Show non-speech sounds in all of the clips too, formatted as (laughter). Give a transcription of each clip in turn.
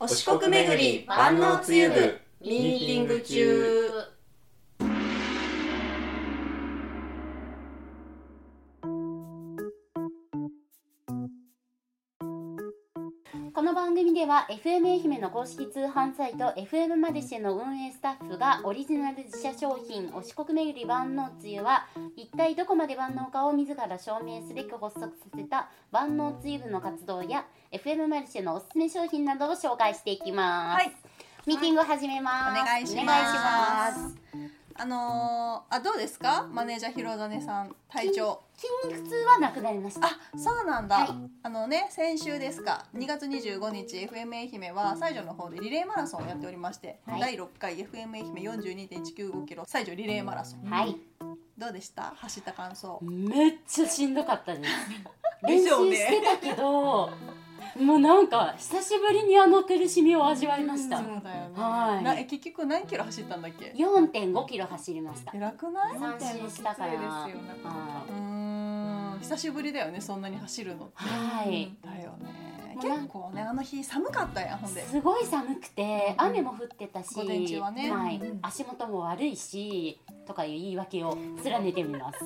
お四国巡り万能つゆ部ミーティング中この番組では FM 愛媛の公式通販サイト FM マルシェの運営スタッフがオリジナル自社商品お四国巡り万能つゆは一体どこまで万能かを自ら証明すべく発足させた万能つゆ部の活動や FM マルシェのおすすめ商品などを紹介していきます、はいミーティングを始めます、お願いしますお願いしますあのー、あどうですかマネージャー広種さん体調筋肉痛はなくなりましたあそうなんだ、はいあのね先週ですか2月25日 FM 愛媛は西条の方でリレーマラソンをやっておりまして、はい第6回 FM 愛媛42.195キロ西条リレーマラソン、はいどうでした走った感想めっちゃしんどかったです練 (laughs) で習しょうねしてたけど、もうなんか久しぶりにあの苦しみを味わいました、そうだよね、はいなえ結局何キロ走ったんだっけ4.5キロ走りました偉くない三振したからはうーん久しぶりだよねそんなに走るのってはいだよねもうなん結構ねあの日寒かったやんほんですごい寒くて雨も降ってたし午前中はねいうん足元も悪いしとかいう言い訳を連ねてみます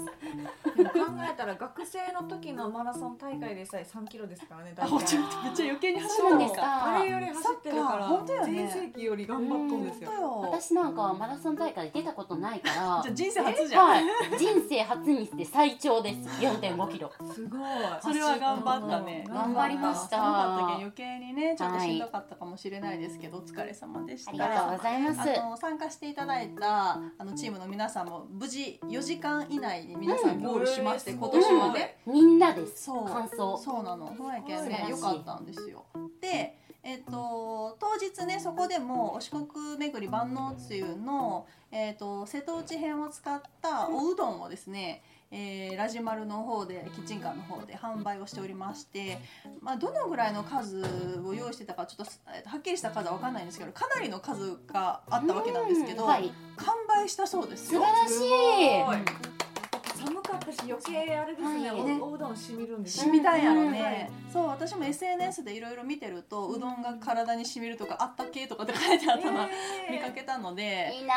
でも考えたら学生の時のマラソン大会でさえ3キロですからねあ大ほんと体めっちゃ余計に走そうなるんんでですすかあかれより走ってるそっかから本当よね全盛期より頑張ったんですよよ私なんかマラソン大会出たことないか (laughs) じゃらあ人生初じゃん、はい、人生初にして最長です4.5キロすごいそれは頑張ったね頑張りました頑張ったけん余計にねちょっとしんどかったかもしれないですけど、お疲れ様でしたありがとうございますあの参加していただいたあのチームの皆さんも無事4時間以内に皆さんゴールしまして、うん今年はね、みんなですそう感想そうなのそうやけん素晴らねしいよかったんですよでえっ、と当日ねそこでもお四国巡り万能つゆの、えっと瀬戸内編を使ったおうどんをですね、えーラジマルの方でキッチンカーの方で販売をしておりまして、まあ、どのぐらいの数を用意してたかちょっとえーはっきりした数は分かんないんですけどかなりの数があったわけなんですけど、うんはい、完売したそうです素晴よ。らしい寒かったし余計あれですね、はいおおうどんしみるんです染よみたんやろね、そう私も SNS でいろいろ見てるとうどんが体に染みるとかあったけとかって書い (laughs) てあったの、見かけたのでいいな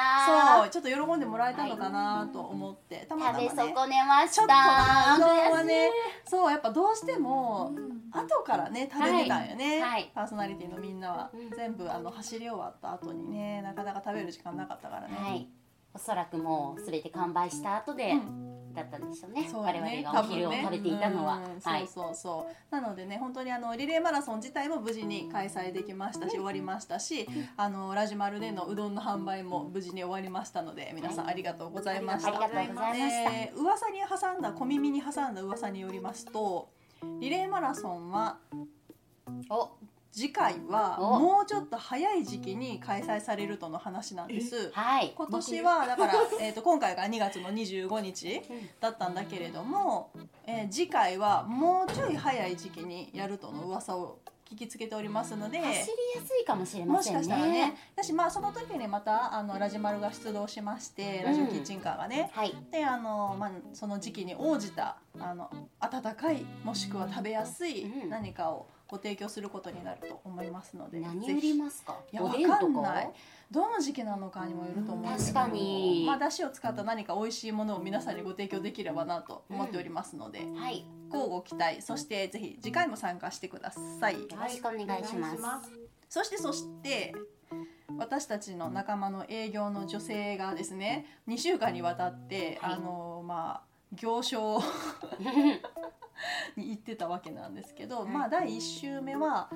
そあうちょっと喜んでもらえたのかなと思って、たまたま食ねべ損ねまちょしっとなたうどんは悔しねそうやっぱどうしてうもん後からね食べてたんよね、はいはいパーソナリティのみんなは、うん全部あの走り終わった後にねなかなか食べる時間なかったからね、はいおそらくもうすべて完売した後で、うんだったんでしょうねそうや我ね、々がお昼を多分ね食べていたのは、うんはいそうそうそうなのでね本当にあのリレーマラソン自体も無事に開催できましたし終わりましたしあのラジマルでのうどんの販売も無事に終わりましたので皆さんありがとうございました、ありがとうございました、えー噂に挟んだ小耳に挟んだ噂によりますとリレーマラソンはお次回はおもうちょっと早い時期に開催されるとの話なんです。はい今年はだから、えー、と今回が2月の25日だったんだけれども、えー次回はもうちょい早い時期にやるとの噂を聞きつけておりますので。走りやすいかもしれまもしせんねかしたらね、私まあその時にまたあのラジマルが出動しまして、ラジオキッチンカーがね、はいであのまあその時期に応じたあの温かいもしくは食べやすいうん何かをご提供することになると思いますので、何ぜ売ひりますかいやおでんとわかんなかいどの時期なのかにもよると思うんですけど確かにまあ、だしを使った何か美味しいものを皆さんにご提供できればなと思っておりますので、はいよ (laughs) 乞うご期待そしてぜひ次回も参加してくださいろしくお願いします,、そしてそして私たちの仲間の営業の女性がですね2週間にわたって、はいあのまあ行商に行ってたわけなんですけど、はいまあ第1週目は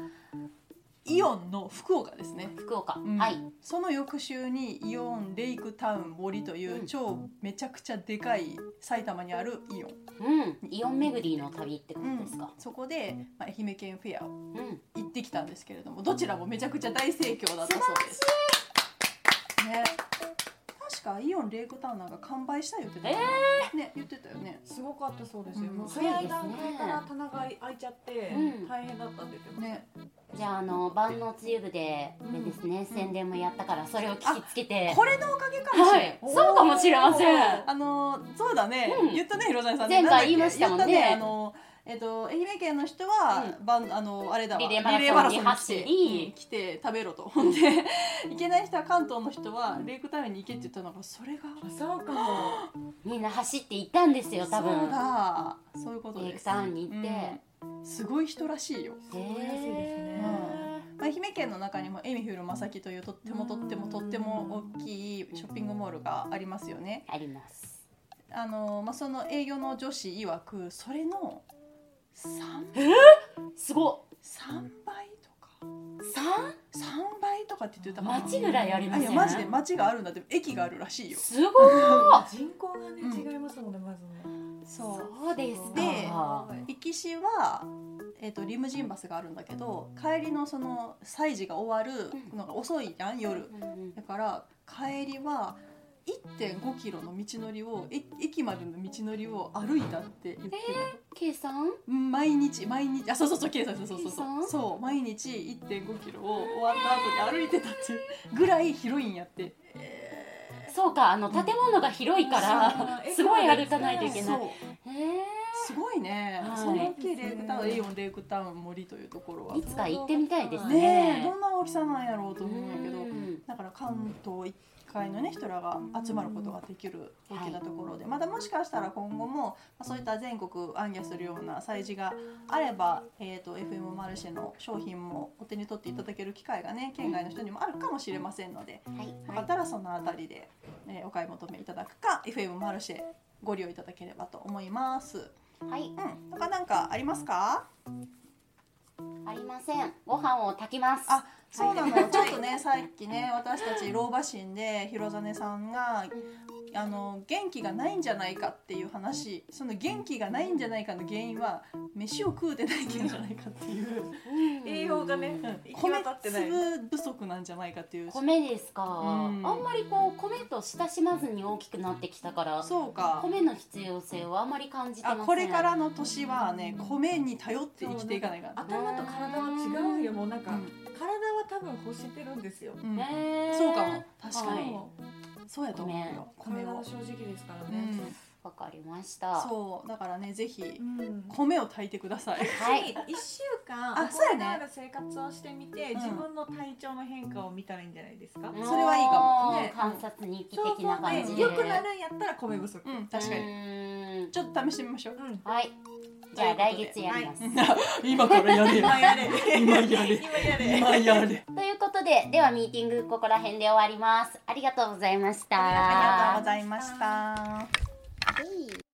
イオンの福岡ですね福岡、うんはいその翌週にイオンレイクタウン森といううん超めちゃくちゃでかい埼玉にあるイオン、うんイオン巡りの旅ってこうんとですかそこで、まあ、愛媛県フェアをうん、行ってきたんですけれどもどちらもめちゃくちゃ大盛況だったそうです。ね、確かイオンレイクタウンなんか完売した言ってたよね,、ね言ってたよね。すごかったそうですよ、うんもう早い段階から棚が開いちゃってうん大変だったって言ってましたねじゃああの万能つゆ部で、うんでですね宣伝もやったからそれを聞きつけてこれのおかげかもしはれんい、そうかもしれませんあのそうだね、うん言ったね、ひろじゃんさんね。前回言いましたもんねなんだっけ言ったねあのえっと、愛媛県の人は、ばんあのあれだわリレーマラソンに走りリレーマラソンに来てうん来て食べろとほんで行けない人は関東の人はレイクタウンに行けって言ったのがそれがそうかも。みんな走って行ったんですよ多そう分だそういうことレイでクすタウンに行って、うんすごい人らしいよ、へ覚えやすいですねまあ、愛媛県の中にもエミフル正木というとってもとってもとっても大きいショッピングモールがありますよねありますあの、まあ、その営業の女子曰くそれの 3, すご3倍とか三3倍とかって言ってたかな町ぐらいありまあすいよねやマジで町があるんだって駅があるらしいよすごい人口がね、うん違いますもんねまずね。そうですかでは行きしは、えっとリムジンバスがあるんだけど帰りのその催事が終わるのが遅いやん夜うんうんだから帰りは1.5キロの道のりをえ駅までの道のりを歩いたって言ってる、計算うん毎日毎日あそうそうそう計算そうそうそう計算そう毎日1.5キロを終わった後に歩いてたっていうぐらい広いんやってそうかあの建物が広いからそうすごい歩かないといけそなういへすごいね、はいその大きいレイクタウン、エイオンレイクタウン森というところはえいつか行ってみたいですねねえどんな大きさなんやろうと思うんやけど、うんだから関東一階のね人らが集まることができる大きなところで、またもしかしたら今後もまあそういった全国行脚するような催事があれば、えー、と FM マルシェの商品もお手に取っていただける機会がね県外の人にもあるかもしれませんので、はいよかったらそのあたりで、えーお買い求めいただくか FM マルシェご利用いただければと思います。はいうん、他なんかありますか？ありませんご飯を炊きますあそうなの、ちょっとねさっきね私たち老婆心で広実さんがあの元気がないんじゃないかっていう話その元気がないんじゃないかの原因は飯を食うてないんじゃないかっていう、 (laughs) うん栄養がねう、ん、行き米渡ってない。粒不足なんじゃないかっていう米ですか、うんあんまりこう米と親しまずに大きくなってきたからそうか米の必要性をあんまり感じてまあせんこれからの年はね米に頼って生きていかないから、頭と体は違うよもうなんか、うん体は多分欲してるんですよ。うんねえそうかも確かに、はそうやと思うよ米体をは、正直ですからうね。ん、わかりましたそうだからねぜひうん米を炊いてくだ (laughs) さいはい一週間あそうやねお米のある生活をしてみて、ん自分の体調の変化を見たらいいんじゃないですか。それはいいかもうんね観察日記そう的な感じそうでね良くなるんやったら米不足。うん、確かに。にちょっと試してみましょう。うん。はいじゃあ来月やります、 (laughs) 今からやれ。今やれ。今やれ。 (laughs) 今やれ。今やれ。ということでではミーティングここら辺で終わりますありがとうございましたありがとうございました。はい